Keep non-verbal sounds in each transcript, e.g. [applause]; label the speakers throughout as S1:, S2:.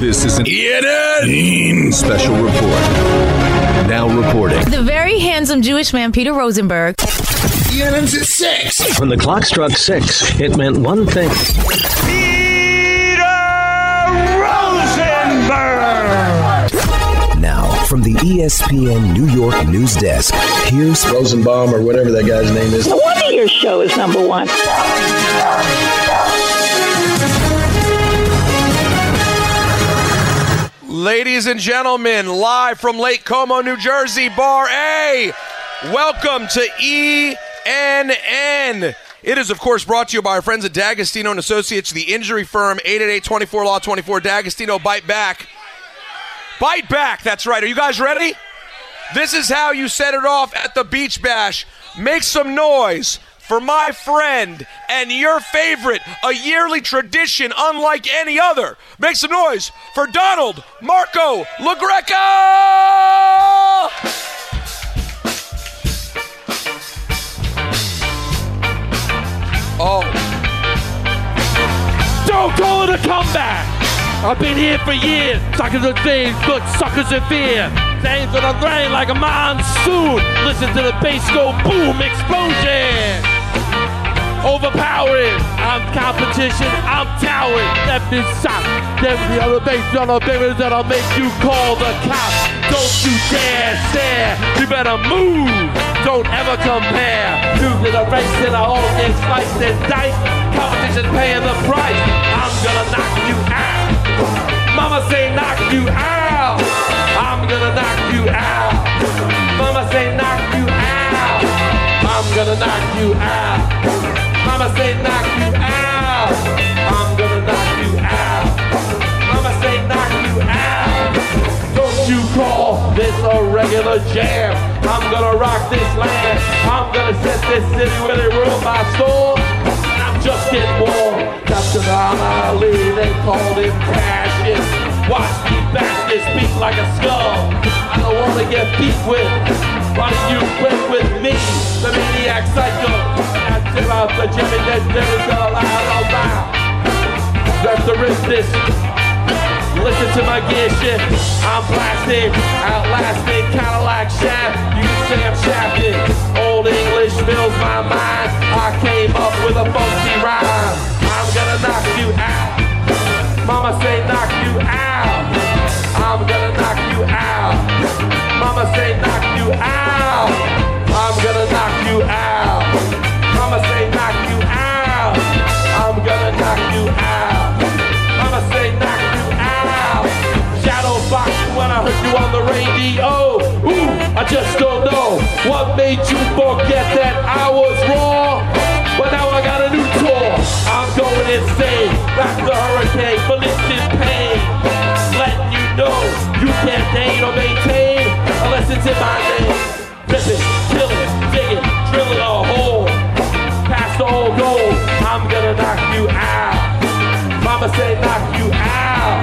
S1: This is an Eden special report. Now reporting.
S2: The very handsome Jewish man, Peter Rosenberg.
S1: ENN's E at six.
S3: When the clock struck six, it meant one thing.
S4: Now, from the E ESPN New York news desk, here's
S1: Rosenbaum or whatever that guy's name is.
S5: No wonder your show is number one.
S6: Ladies and gentlemen, live from Lake Como, New Jersey, Bar A, welcome to ENN. It is, of course, brought to you by our friends at D'Agostino and Associates, the injury firm, 888-24 Law 24. D'Agostino, bite back. Bite back, that's right. Are you guys ready? This is how you set it off at the Beach Bash. Make some noise for my friend and your favorite, a yearly tradition unlike any other. Make some noise for Donald Marco LaGreca! Oh,
S7: Don't call it a comeback. I've been here for years. Suckers and thieves, good suckers in fear. Things that are rain like a monsoon. Listen to the bass go boom, explosion. Overpowering. I'm competition. I'm towering. Left is shot. There's the other bass on our babies that'll make you call the cops. Don't you dare stare. You better move. Don't ever compare. Music, a race, and a whole thing sliced and diced. Competition paying the price. I'm gonna knock you out. Mama say knock you out. I'm gonna knock you out. Mama say knock you out. I'm gonna knock you out. Mama say knock you out. I'm gonna knock you out. Mama say knock you out. Don't you call this a regular jam? I'm gonna rock this land. I'm gonna set this city where they rule my soul. And I'm just getting warm. Captain Ali, they called him Cassius. Watch me bash this beat like a skull. I don't wanna get beat with. Why do you quit with me? The maniac psycho. I tip out the Jimmy that's never gonna lie out loud. That's the risk this. Listen to my gear shift. I'm blasting, outlasting, Cadillac shaft. You can say I'm shafted. Old English fills my mind. I came up with a funky rhyme. I'm gonna knock you out. Mama say knock you out. I'm gonna knock you out. Mama say knock you out. I'm gonna knock you out. Mama say knock you out. I'm gonna knock you out. Mama say knock you out. Shadow box when I heard you on the radio. Ooh, I just don't know what made you forget that I was wrong. But now I got a new tour. I'm going insane. Back the hurricane, malicious pain. Letting you know you can't gain or maintain unless it's in my name. Rip it, kill it, dig it, drill it a hole. Past the old goal, I'm gonna knock you out. Mama say knock you out.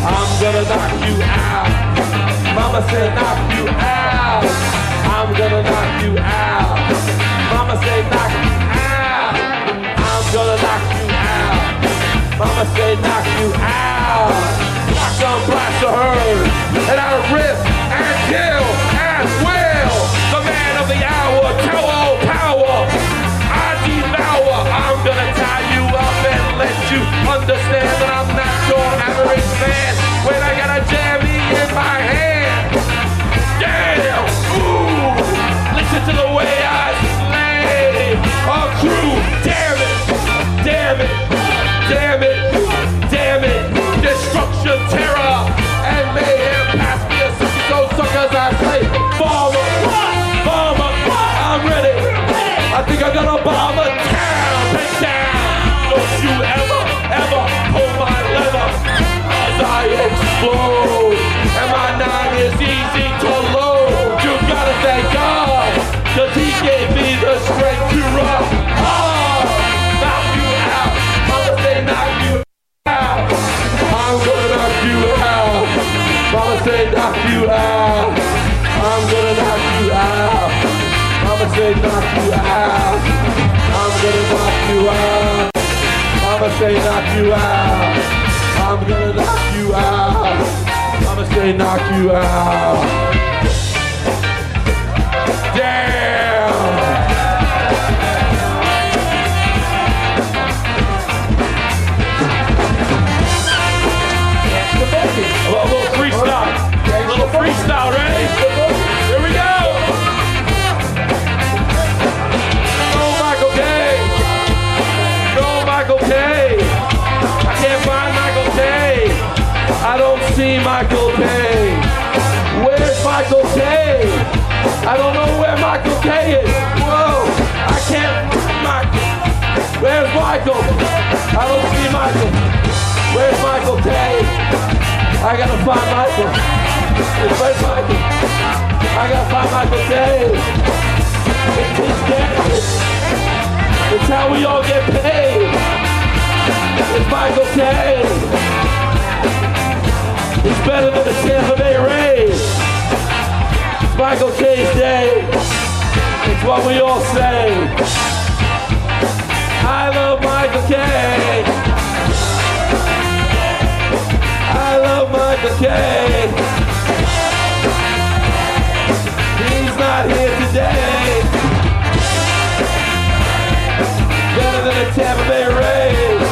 S7: I'm gonna knock you out. Mama say knock you out. I'm gonna knock you out. Mama say knock you out. I'm gonna knock you out. Mama say knock you out. Knock on blast of hers. And I rip and kill and will. The man of the hour, tell all power. I devour. I'm gonna tie you up and let you understand that I'm not your average man. When I got a jammy in my hand, yeah, ooh, listen to the way I slay. All true, damn it, damn it, damn it, damn it. Destruction, terror, and mayhem. Pass me a sixty, so suckers I say, forward, forward. I'm ready. I think I got a bomb a town, take down. Don't you ever, ever they knock you out. Damn! A little, a little freestyle. A little freestyle, ready? Here we go! Go, Oh, Michael K! Go, Michael K! I can't find Michael K! I don't see Michael K! Where's Michael K? I don't know where Michael K is! Whoa! I can't... Michael! Where's Michael? I don't see Michael! Where's Michael K? I gotta find Michael. Where's Michael? I gotta find Michael Day. It's his day. It's how we all get paid. It's Michael Day. It's better than the Tampa Bay Rays. It's Michael K's day. It's what we all say. I love Michael K. I love Michael K. He's not here today. Better than a Tampa Bay Rays.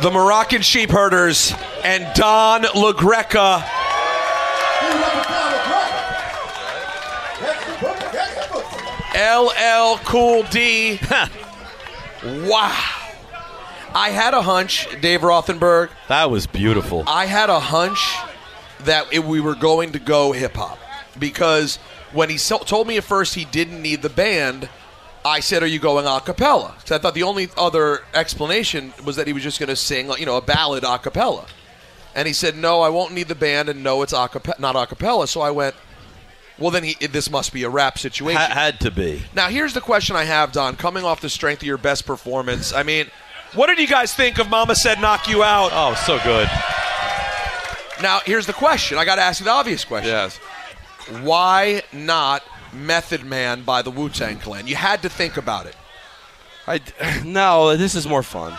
S6: the Moroccan sheep herders, and Don LaGreca. LL Cool D. wow. I had a hunch, Dave Rothenberg.
S8: That was beautiful.
S6: I had a hunch that it, we were going to go hip hop because when he so- told me at first he didn't need the band, I said, "Are you going a cappella?" Because I thought the only other explanation was that he was just going to sing, like, you know, a ballad a cappella. And he said, "No, I won't need the band, and no, it's a cappe- not a cappella." So I went, "Well, then he, this must be a rap situation."
S8: Ha- had to be.
S6: Now, here's the question I have, Don. Coming off the strength of your best performance, I mean, what did you guys think of Mama Said Knock You Out?
S8: Oh, so good.
S6: Now, here's the question. I got to ask you the obvious question.
S8: Yes.
S6: Why not Method Man by the Wu Tang Clan? You had to think about it.
S9: I
S8: [sighs]
S9: no, this is more
S8: [laughs]
S9: fun.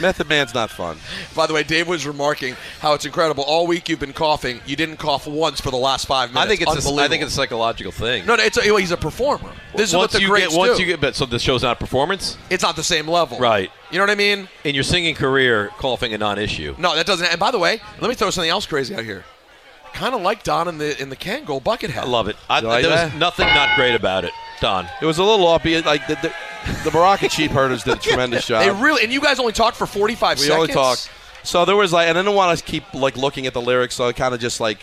S9: Method Man's not fun.
S6: By the way, Dave was remarking how it's incredible. All week you've been coughing. You didn't cough once for the last five minutes.
S8: I think it's a,
S6: Unbelievable.
S8: I think it's a psychological thing.
S6: no, no. It's a, he's a performer. This is
S8: once
S6: what the
S8: you
S6: greats
S8: get, once
S6: do.
S8: you get, but so the show's not a performance
S6: it's not the same level,
S8: Right.
S6: You know what I mean?
S8: in your singing career. Coughing a non-issue.
S6: No, that doesn't. And by the way, let me throw something else crazy out here. Kind of like Don in the in the Kangol bucket hat.
S8: I love it. I,
S9: You like
S8: there was
S9: that?
S8: nothing not great about it, Don.
S9: It was a little offbeat. Like the, the, the Moroccan sheep herders
S8: [laughs]
S9: did a tremendous job.
S6: They really and you guys only talked for forty five
S9: we
S6: seconds.
S9: only talked. So there was like, and I didn't want to keep like looking at the lyrics. So I kind of just like,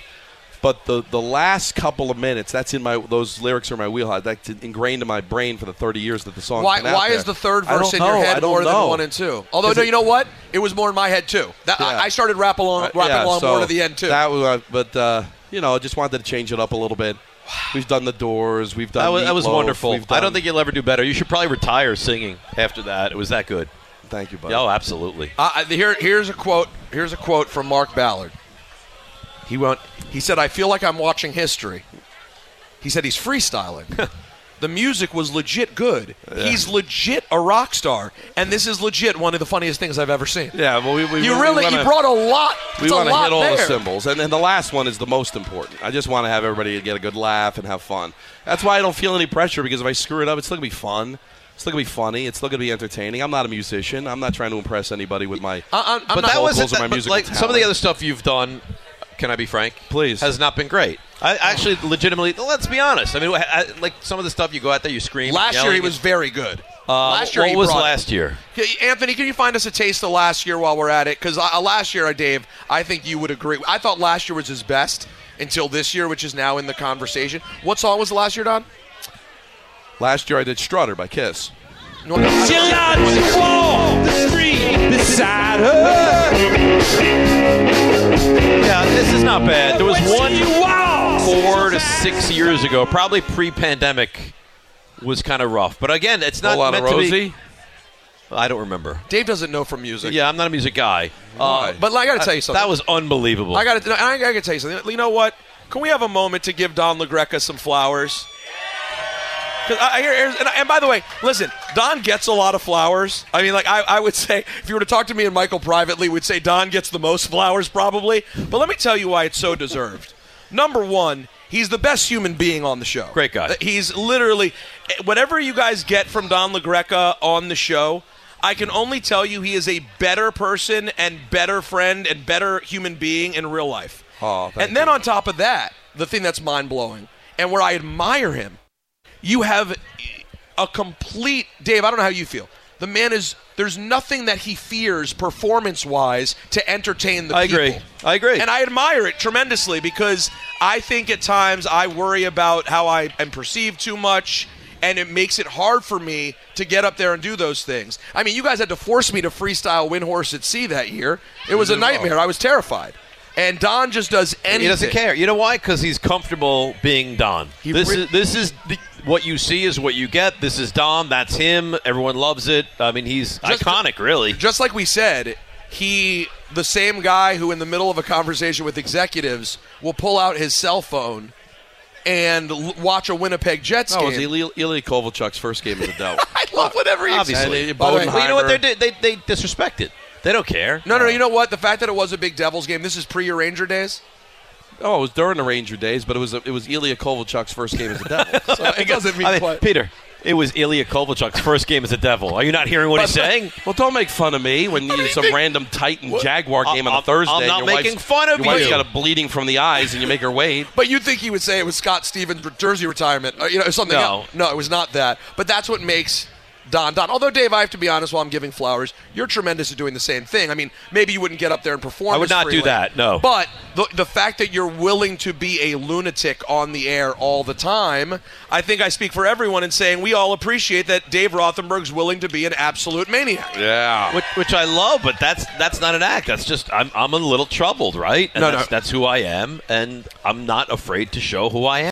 S9: but the the last couple of minutes, that's in my those lyrics are in my wheelhouse. That's ingrained in my brain for the thirty years that the song.
S6: Why,
S9: been out
S6: why
S9: there.
S6: is the third
S9: I
S6: verse
S9: don't
S6: in your
S9: know.
S6: head
S9: I don't
S6: more than
S9: know.
S6: one and two? Although,
S9: 'Cause
S6: no,
S9: it-
S6: you know what? It was more in my head too. That,
S9: Yeah.
S6: I, I started rap along,
S9: Uh,
S6: rapping along more
S9: so
S6: to the end too.
S9: That was, uh, but uh, you know, I just wanted to change it up a little bit. We've done the Doors. We've done.
S8: That was, that was
S9: Meatloaf,
S8: wonderful.
S9: we've
S8: I
S9: done-
S8: don't think you'll ever do better. You should probably retire singing after that. It was that good.
S9: Thank you, buddy.
S8: Oh, absolutely.
S6: Uh, I- here, here's a quote. Here's a quote from Mark Ballard. He went. He said, "I feel like I'm watching history." He said
S9: [laughs]
S6: he's freestyling. the music was legit good. He's legit a rock star, and this is legit one of the funniest things I've ever seen.
S9: yeah, well, we, we
S6: You
S9: we
S6: really,
S9: wanna,
S6: you brought a lot.
S9: We
S6: It's a
S9: want to
S6: lot
S9: hit all the
S6: there.
S9: symbols, and then the last one is the most important. I just want to have everybody get a good laugh and have fun. That's why I don't feel any pressure because if I screw it up, it's still gonna be fun. It's still gonna be funny. It's still gonna be entertaining. I'm not a musician. I'm not trying to impress anybody with my
S6: I- I'm- I'm
S9: but
S6: not-
S8: that wasn't
S9: vocals or
S8: that,
S9: my
S8: but,
S9: musical
S8: like some of the
S9: talent.
S8: other stuff you've done. Can I be frank?
S9: Please.
S8: Has not been great. I actually legitimately. Let's be honest. I mean, I, I- like some of the stuff you go out there, you scream.
S6: Last year he
S8: yelling.
S6: was very good.
S8: Uh,
S6: last year
S8: what
S6: he
S8: was
S6: brought it.
S8: last year?
S6: Yeah, Anthony, can you find us a taste of last year while we're at it? Because uh, last year, uh, Dave, I think you would agree. I thought last year was his best until this year, which is now in the conversation. What song was last year, Don?
S9: last year I did Strutter by Kiss.
S7: She'll not walk the street beside her.
S8: Yeah, this is not bad. There was one
S7: Wow!
S8: four to six years ago, probably pre-pandemic, was kind of rough. But again, it's not
S9: Whole lot of
S8: meant to
S9: Rosie.
S8: be. I don't remember.
S6: Dave doesn't know from music.
S8: Yeah, I'm not a music guy.
S6: Uh, but I got to tell you something.
S8: That was unbelievable.
S6: I got to. I, I got to tell you something. You know what? Can we have a moment to give Don LaGreca some flowers? Because I, I hear, here's- and, and by the way, listen, Don gets a lot of flowers. I mean, like I, I would say, if you were to talk to me and Michael privately, we'd say Don gets the most flowers probably. But let me tell you why it's so deserved. Number one, he's the best human being on the show.
S8: Great guy.
S6: Uh, He's literally whatever you guys get from Don LaGreca on the show. I can only tell you he is a better person and better friend and better human being in real life.
S9: Aw, thank
S6: and then on top of that, the thing that's mind blowing and where I admire him you have a complete Dave. I don't know how you feel. The man is there's nothing that he fears performance wise to entertain the
S8: I
S6: people.
S8: agree. I agree.
S6: And I admire it tremendously because I think at times I worry about how I am perceived too much. And it makes it hard for me to get up there and do those things. I mean, you guys had to force me to freestyle Windhorse at Sea that year. It was a nightmare. I was terrified. And Don just does anything.
S8: he doesn't care. You know why? Because he's comfortable being Don. this
S6: re-
S8: is this is the, what you see is what you get. This is Don. That's him. Everyone loves it. I mean, he's
S6: Just-
S8: iconic, really.
S6: just like we said, he the same guy who in the middle of a conversation with executives will pull out his cell phone and l- watch a Winnipeg Jets
S9: That
S8: Oh,
S6: game.
S9: was Ilya, Ilya Kovalchuk's first game as a doubt.
S6: [laughs]
S8: [laughs]
S6: I love whatever he
S9: Obviously.
S6: said.
S9: And
S6: By the way-
S8: Well, you know what they're, they they disrespect it. They don't care. Uh,
S6: No, no, no. You know what? The fact that it was a big Devils game. This is pre your Ranger days.
S9: oh, it was during the Ranger days, but it was it was Ilya Kovalchuk's first game as a
S8: [laughs]
S9: devil.
S6: So it doesn't mean
S8: I mean,
S6: what-
S8: Peter. It was Ilya Kovalchuk's first game as a Devil. Are you not hearing what he's saying?
S9: Well, don't make fun of me when you some random Titan Jaguar game on
S8: I'm-
S9: a Thursday.
S8: I'm
S9: and
S8: not
S9: your
S8: making
S9: wife's-
S8: fun of
S9: your wife's
S8: you.
S9: got a bleeding from the eyes, and you make her wait.
S6: But you think he would say it was Scott Stevens' jersey retirement? Or, you know, something.
S8: No.
S6: else. no, it was not that. But that's what makes Don Don. Although Dave, I have to be honest. While I'm giving flowers, you're tremendous at doing the same thing. I mean, maybe you wouldn't get up there and perform.
S8: I would
S6: as
S8: not do
S6: freely.
S8: that, no.
S6: But the the fact that you're willing to be a lunatic on the air all the time, I think I speak for everyone in saying we all appreciate that Dave Rothenberg's willing to be an absolute maniac.
S9: Yeah.
S8: Which, which I love, but that's that's not an act. That's just I'm I'm a little troubled, right? And
S6: No,
S8: that's,
S6: no.
S8: that's who I am, and I'm not afraid to show who I am.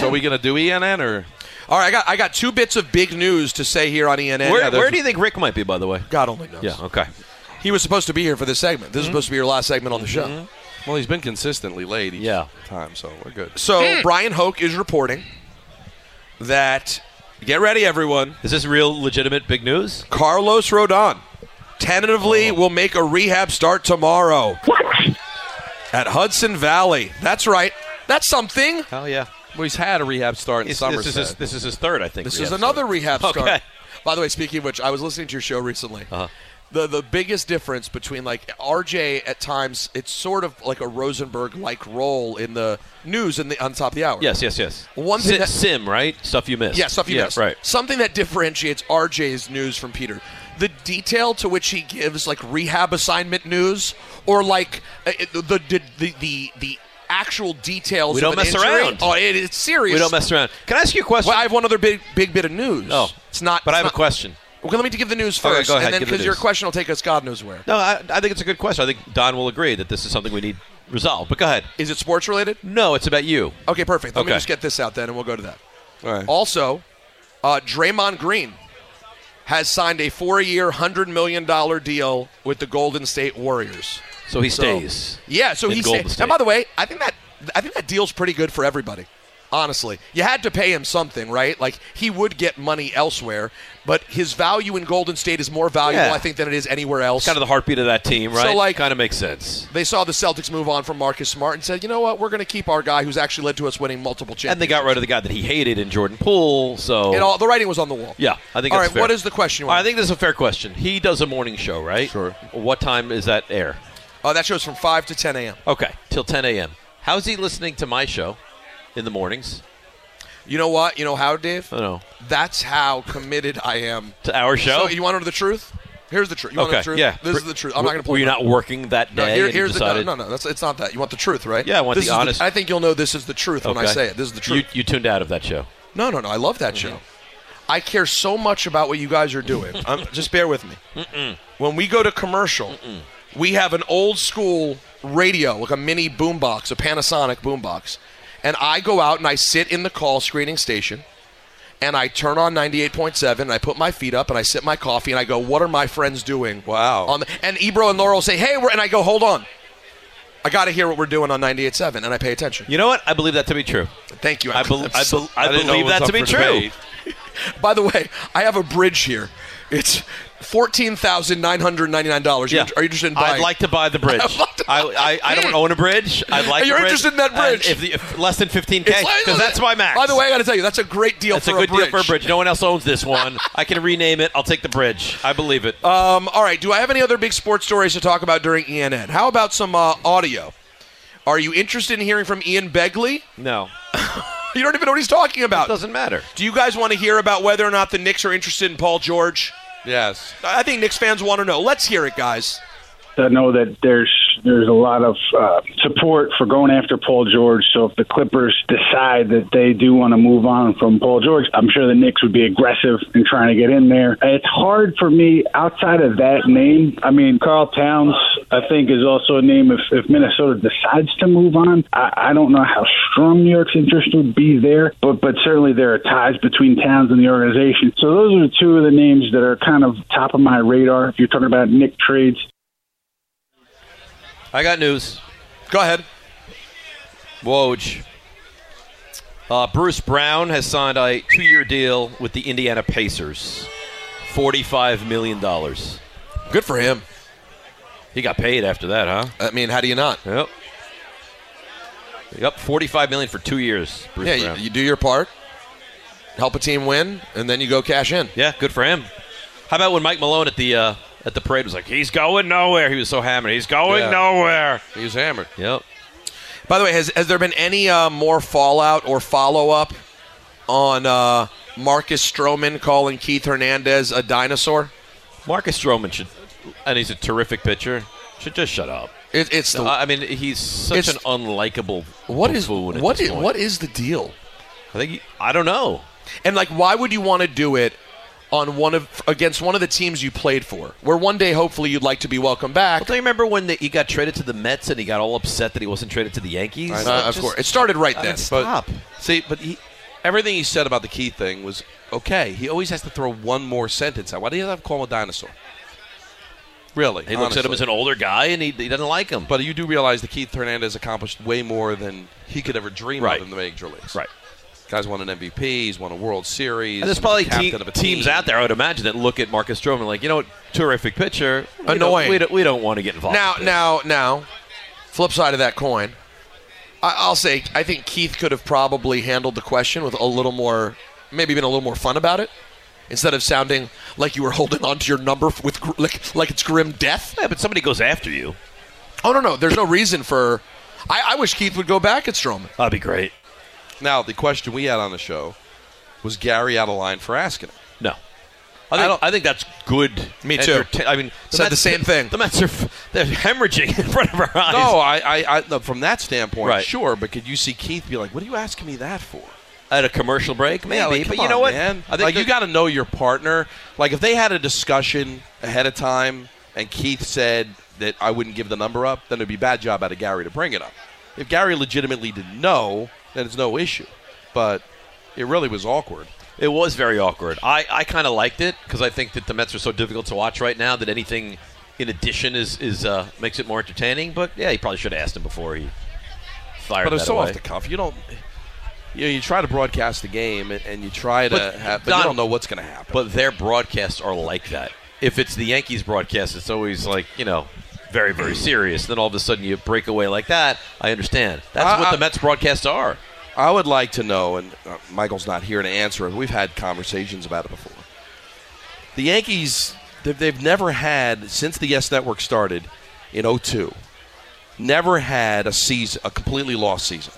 S9: So are we gonna do
S8: E
S9: ENN or?
S6: All right, I got I got two bits of big news to say here on
S8: Where,
S6: ENN. Yeah, there's-
S8: where do you think Rick might be, by the way?
S6: God only knows.
S8: Yeah. Okay.
S6: He was supposed to be here for this segment. This is supposed to be your last segment on the show.
S9: Mm-hmm. Well, he's been consistently late each
S8: Yeah.
S9: time, so we're good.
S6: So Brian Hoke is reporting that get ready, everyone.
S8: Is this real, legitimate big news?
S6: Carlos Rodon
S9: Oh.
S6: tentatively will make a rehab start tomorrow at Hudson Valley. That's right. That's something.
S8: Hell yeah.
S9: Well, he's had a rehab start in
S8: This,
S9: Somerset.
S8: this is his, this is his third, I think.
S6: This is
S8: rehab
S6: another
S8: start.
S6: rehab
S8: Okay. Uh-huh.
S6: start. By the way, speaking of which, I was listening to your show recently. The the biggest difference between like RJ at times it's sort of like a Rosenberg like role in the news in the on top of the hour.
S8: Yes, yes, yes.
S6: One thing
S8: Si-
S6: that-
S8: sim, right? Stuff you missed.
S6: Yeah, stuff you
S8: yeah,
S6: missed.
S8: Right.
S6: Something that differentiates RJ's news from Peter. The detail to which he gives like rehab assignment news or like uh, it- the the the the, the actual details
S8: We
S6: of
S8: don't
S6: an
S8: mess
S6: injury.
S8: around.
S6: Oh, it, it's serious.
S8: We don't mess around. Can I ask you a question?
S6: Well, I have one other big big bit of news.
S8: Oh.
S6: it's not.
S8: But
S6: it's
S8: I have a
S6: not-
S8: question.
S6: Well, let me give the news
S8: Okay,
S6: first,
S8: go ahead,
S6: and then
S8: give the
S6: because your
S8: news.
S6: question will take us God knows where.
S8: No, I, I think it's a good question. I think Don will agree that this is something we need resolved. But go ahead.
S6: Is it sports related?
S8: No, it's about you.
S6: Okay, perfect. Let me
S8: Okay.
S6: just get this out then, and we'll go to that.
S9: All right.
S6: Also, uh, Draymond Green has signed a four-year, hundred million dollar deal with the Golden State Warriors.
S8: So he
S6: So-
S8: stays.
S6: Yeah, so
S8: in
S6: he's
S8: Golden
S6: and
S8: State.
S6: by the way, I think that I think that deal's pretty good for everybody. Honestly, you had to pay him something, right? Like he would get money elsewhere, but his value in Golden State is more valuable,
S8: Yeah.
S6: I think, than it is anywhere else.
S8: kind of the heartbeat of that team,
S6: So,
S8: right?
S6: like-
S8: kind of makes sense.
S6: they saw the Celtics move on from Marcus Smart and said, you know what, we're going to keep our guy who's actually led to us winning multiple championships.
S8: And they got rid of the guy that he hated in Jordan Poole. So
S6: It all the writing was on the wall.
S8: yeah, I think.
S6: All
S8: that's
S6: right,
S8: fair.
S6: what is the question? you
S8: I
S6: want?
S8: think this is a fair question. He does a morning show, right? Sure. What time is that air?
S6: Uh, that show's from 5 to 10 a.m.
S8: Okay, till 10 a.m. How's he listening to my show in the mornings?
S6: You know what? You know how, Dave?
S8: I know.
S6: That's how committed I am
S8: to our show.
S6: So you want to know the truth? Here's the truth. You
S8: okay.
S6: want to know the truth?
S8: Yeah.
S6: This is the truth. I'm not going to.
S8: Were you not working that
S6: No,
S8: day?
S6: here-
S8: and
S6: here's the no,
S8: decided-
S6: no, no. That's, it's not that. You want the truth, right?
S8: Yeah, I want
S6: This
S8: the
S6: is
S8: honest-
S6: I think you'll know this is the truth when I
S8: Okay.
S6: say it. This is the
S8: You,
S6: truth.
S8: you tuned out of that show.
S6: no, no, no. I love that show. I care so much about what you guys are doing. i Um, just bear with me. When we go to commercial, we have an old school radio, like a mini boombox, a Panasonic boombox, and I go out and I sit in the call screening station. And I turn on 98.7 and I put my feet up and I sip my coffee and I go, What are my friends doing? Wow. On the, and Ebro and Laurel say, Hey, we're, and I go, Hold on. I got to hear what we're doing on 98.7 and I pay attention.
S8: You know what? I believe that to be true.
S6: Thank you.
S8: I, bel
S6: [laughs]
S8: I, bel I,
S6: I didn't know
S8: believe
S6: it was
S8: that to
S6: up
S8: be
S6: for
S8: true.
S6: debate. By the way, I have a bridge here. It's fourteen thousand nine hundred ninety nine dollars.
S8: Yeah.
S6: Are you interested in buying?
S8: I'd like to buy the
S6: [laughs]
S8: bridge. I, I, I don't own a bridge. I'd like.
S6: You're
S8: the bridge.
S6: interested in that
S8: And
S6: bridge.
S8: If, the, if less than 15k,
S6: It's like-
S8: because that's my max.
S6: By the way, I got to tell you, that's a great deal
S8: that's
S6: for
S8: a good
S6: bridge.
S8: deal for a bridge. No one else owns this one. I can rename it. I'll take the bridge. I believe it.
S6: Um, all right. Do I have any other big sports stories to talk about during ENN? How about some uh, audio? Are you interested in hearing from Ian Begley?
S8: No.
S6: You don't even know what he's talking about. It
S8: doesn't matter.
S6: Do you guys want to hear about whether or not the Knicks are interested in Paul George?
S9: Yes.
S6: I think Knicks fans want to know. Let's hear it, guys.
S10: I know that there's there's a lot of uh, support for going after Paul George. So if the Clippers decide that they do want to move on from Paul George, I'm sure the Knicks would be aggressive in trying to get in there. It's hard for me outside of that name. I mean, Carl Towns, I think, is also a name. If, if Minnesota decides to move on, I, I don't know how strong New York's interest would be there, but but certainly there are ties between Towns and the organization. So those are two of the names that are kind of top of my radar. If you're talking about Nick trades.
S8: I got news.
S6: Go ahead.
S8: Woj. Uh, Bruce Brown has signed a two-year deal with the Indiana Pacers, forty-five million dollars.
S6: Good for him.
S8: He got paid after that, huh?
S6: I mean, how do you not?
S8: Yep. Yep, forty-five million for two years. Bruce
S6: yeah,
S8: Brown.
S6: you, you do your part, help a team win, and then you go cash in.
S8: yeah, good for him. How about when Mike Malone at the uh, at the parade was like, "He's going nowhere." He was so hammered. He's going
S6: Yeah.
S8: nowhere.
S9: He was hammered.
S8: Yep.
S6: By the way, has, has there been any uh, more fallout or follow up on uh, Marcus Stroman calling Keith Hernandez a dinosaur?
S8: Marcus Stroman should, and he's a terrific pitcher. Should just shut up.
S6: It, it's the
S8: I I mean, he's such
S6: It's-
S8: an unlikable
S6: what is
S8: buffoon at
S6: what
S8: this
S6: is
S8: point.
S6: what is the deal?
S8: I think he- I don't know.
S6: And like, why would you want to do it on one of against one of the teams you played for, where one day hopefully you'd like to be welcome back?
S8: Don't you remember when the, he got traded to the Mets and he got all upset that he wasn't traded to the Yankees?
S6: Uh, of
S8: Just-
S6: course, it started right
S8: I
S6: then.
S8: mean, stop.
S9: See, but he, everything he said about the key thing was okay. He always has to throw one more sentence out. Why do you have to call him a dinosaur? Really?
S8: He looks at him as an older guy and he, he doesn't like him.
S9: But you do realize that Keith Hernandez accomplished way more than he could ever dream
S8: Right.
S9: of in the major leagues.
S8: Right.
S9: Guy's won an MVP. He's won a World Series.
S8: And there's
S9: he's
S8: probably
S9: the captain
S8: te-
S9: of a
S8: teams
S9: team.
S8: out there, I would imagine, that look at Marcus Stroman like, you know what, terrific pitcher. We don't-
S6: Annoying.
S8: We don't, we don't want to get involved.
S6: Now,
S8: with this.
S6: now, now, flip side of that coin. I, I'll say I think Keith could have probably handled the question with a little more, maybe been a little more fun about it, instead of sounding like you were holding on to your number f- with gr- like like it's grim death.
S8: Yeah, but somebody goes after you.
S6: Oh no, no, there's no reason for. I, I wish Keith would go back at Stroman.
S8: That'd be great.
S9: Now, the question we had on the show was Gary out of line for asking it.
S8: No. I think, I, think that's good.
S6: Me too.
S8: entertain- I mean,
S6: Said
S8: [laughs]
S6: the same thing.
S8: The Mets are f- they're hemorrhaging [laughs] in front of our eyes.
S9: No, I, I, I no, from that standpoint,
S8: Right.
S9: sure. But could you see Keith be like, "What are you asking me that for?"
S8: at a commercial break, maybe.
S9: Yeah, like,
S8: but
S9: come
S8: you know
S9: on,
S8: what?
S9: Man.
S8: I think
S9: like you
S8: that-
S9: got to know your partner. Like if they had a discussion ahead of time, and Keith said that I wouldn't give the number up, then it'd be a bad job out of Gary to bring it up. If Gary legitimately didn't know, then it's no issue. But it really was awkward.
S8: It was very awkward. I, I kind of liked it because I think that the Mets are so difficult to watch right now that anything in addition is is uh, makes it more entertaining. But yeah, he probably should have asked him before he fired
S9: But
S8: that
S9: it's so
S8: away.
S9: off the cuff. You don't. You, know, you try to broadcast the game, and, and you try to,
S8: But,
S9: have, but
S8: Don-
S9: you don't know what's going to happen.
S8: But their broadcasts are like that. If it's the Yankees broadcast, it's always like you know. Very, very serious. Then all of a sudden you break away like that. I understand. That's
S9: I-
S8: what
S9: I-
S8: the Mets broadcasts are.
S9: I would like to know, and uh, Michael's not here to answer it. We've had conversations about it before. The Yankees, they've, they've never had, since the Yes Network started in 02,
S11: never had a season, a completely lost season.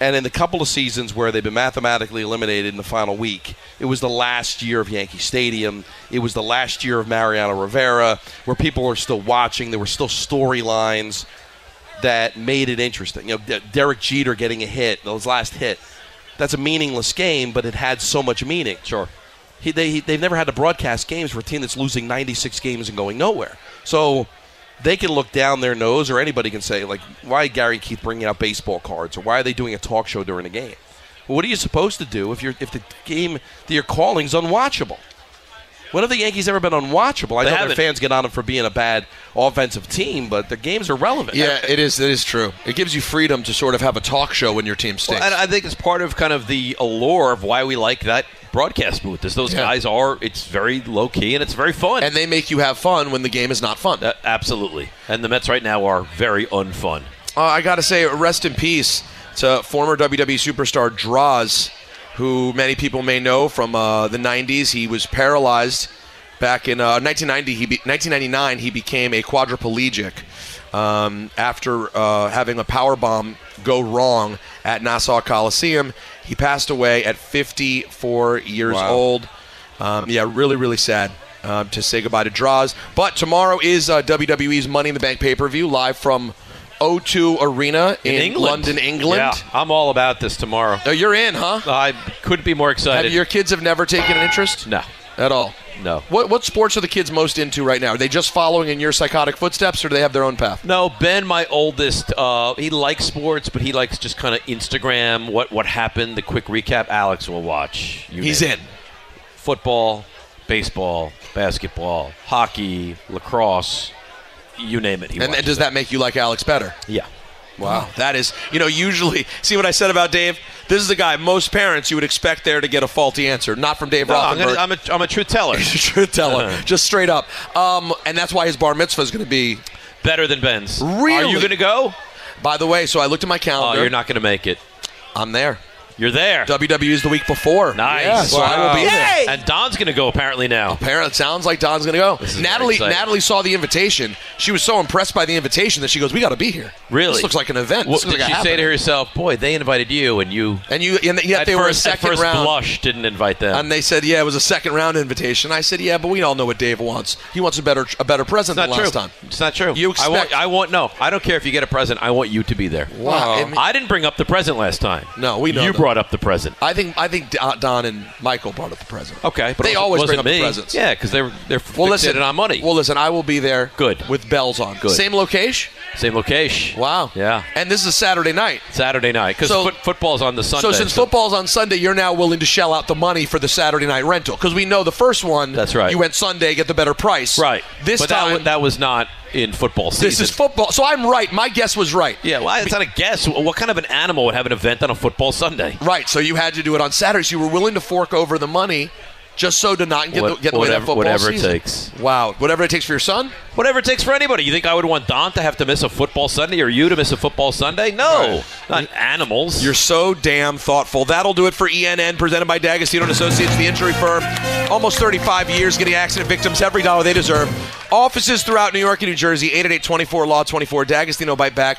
S11: And in the couple of seasons where they've been mathematically eliminated in the final week, it was the last year of Yankee Stadium. It was the last year of Mariano Rivera, where people are still watching. There were still storylines that made it interesting. You know, De- Derek Jeter getting a hit, his last hit. That's a meaningless game, but it had so much meaning. Sure. He, they, he- they've never had to broadcast games for a team that's losing 96 games and going nowhere. So they can look down their nose, or anybody can say, like, why Gary Keith bringing out baseball cards, or why are they doing a talk show during a game? Well, what are you supposed to do if you're if the game that you're calling is unwatchable? When have the Yankees ever been unwatchable? I
S8: They
S11: know
S8: haven't.
S11: their fans get on them for being a bad offensive team, but their games are relevant.
S6: Yeah, it is. It is true. It gives you freedom to sort of have a talk show when your team stinks.
S8: and I think it's part of kind of the allure of why we like that broadcast booth. Is those guys are it's very low key and it's very fun, and
S6: they make you have fun when the game is not fun.
S8: Uh, absolutely, and the Mets right now are very unfun.
S6: Uh, I got to say, rest in peace to former WWE superstar Draws, who many people may know from uh, the 90s. He was paralyzed back in uh, 1990. He be, 1999, he became a quadriplegic um, after uh, having a power bomb go wrong at Nassau Coliseum. He passed away at 54 years
S12: Wow.
S6: old. Um, yeah, really, really sad um, to say goodbye to Draws. But tomorrow is uh, WWE's Money in the Bank pay per view live from O2 Arena in, London, England.
S8: Yeah, I'm all about this tomorrow.
S6: Oh, you're in, huh?
S8: I couldn't be more excited.
S6: Have your kids have never taken an interest?
S8: No,
S6: at all.
S8: No.
S6: What what sports are the kids most into right now? Are they just following in your psychotic footsteps, or do they have their own path?
S8: No, Ben, my oldest, uh, he likes sports, but he likes just kind of Instagram, what what happened, the quick recap. Alex will watch. You
S6: He's
S8: name it. Football, baseball, basketball, hockey, lacrosse, you name it. He
S6: And, and does that make you like Alex better?
S8: Yeah.
S6: Wow, that is you know usually see what I said about Dave. This is the guy most parents you would expect there to get a faulty answer, not from Dave
S8: No, I'm,
S6: Rothenberg.
S8: gonna, I'm, a, I'm a truth teller. [laughs]
S6: [laughs] truth
S8: Uh-huh.
S6: teller, just straight up. Um, and that's why his bar mitzvah is going to be
S8: better than Ben's.
S6: Really?
S8: Are you going to go?
S6: By the way, so I looked at my calendar.
S8: Oh, you're not going to make it.
S6: I'm there.
S8: You're there.
S6: WWE is the week before.
S8: Nice.
S6: Yeah, so I will be there.
S8: And Don's going to go apparently now.
S6: Apparently, it sounds like Don's going to go.
S8: This is very
S6: Natalie
S8: exciting.
S6: Natalie saw the invitation. She was so impressed by the invitation that she goes, "We got to be here.
S8: Really?
S6: this looks like an event."
S8: What,
S6: This looks
S8: did she
S6: like
S8: say
S6: a
S8: to
S6: happening."
S8: herself, "Boy, they invited you, and you
S6: and you and yet
S8: at
S6: they
S8: first,
S6: were a
S8: at
S6: second
S8: first
S6: round.
S8: blush didn't invite them."
S6: And they said, "Yeah, it was a second round invitation." I said, "Yeah, but we all know what Dave wants. He wants a better a better present
S8: It's not
S6: than last
S8: true.
S6: time."
S8: It's not true.
S6: You
S8: I want.
S6: expect-
S8: I want. No, I don't care if you get a present. I want you to be there.
S6: Wow. I mean-
S8: I didn't bring up the present last time.
S6: No, we know
S8: You
S6: that.
S8: brought up the present.
S6: I think I think Don Don and Michael brought up the present.
S8: Okay, but
S6: they
S8: it
S6: always
S8: wasn't
S6: bring up
S8: me.
S6: the presents.
S8: Yeah, because they're they're
S6: Well,
S8: fixated
S6: listen.
S8: on money.
S6: Well, listen. I will be there.
S8: Good.
S6: With bells on.
S8: Good.
S6: Same location.
S8: Same location.
S6: Wow.
S8: Yeah.
S6: And this is a Saturday night.
S8: Saturday night because
S6: So-
S8: football's on the Sunday.
S6: so since football's on Sunday, you're now willing to shell out the money for the Saturday night rental because we know the first one. That's
S8: right.
S6: You went Sunday, get the better price.
S8: right
S6: This
S8: but that
S6: time,
S8: wa- that, was not in football season.
S6: this is football. So I'm right. My guess was right.
S8: yeah, well, it's not a guess. What kind of an animal would have an event on a football Sunday?
S6: Right. So you had to do it on Saturdays. You were willing to fork over the money just so to not get,
S8: What-
S6: the, get in the way
S8: whatever,
S6: of that football
S8: whatever
S6: season.
S8: it takes.
S6: Wow, whatever it takes for your son.
S8: Whatever it takes for anybody. You think I would want Don to have to miss a football Sunday or you to miss a football Sunday? No, not animals.
S6: You're so damn thoughtful. That'll do it for ENN, presented by D'Agostino and Associates, the injury firm. Almost 35 years getting accident victims every dollar they deserve. Offices throughout New York and New Jersey, 888-24-LAW-24, D'Agostino Bite Back.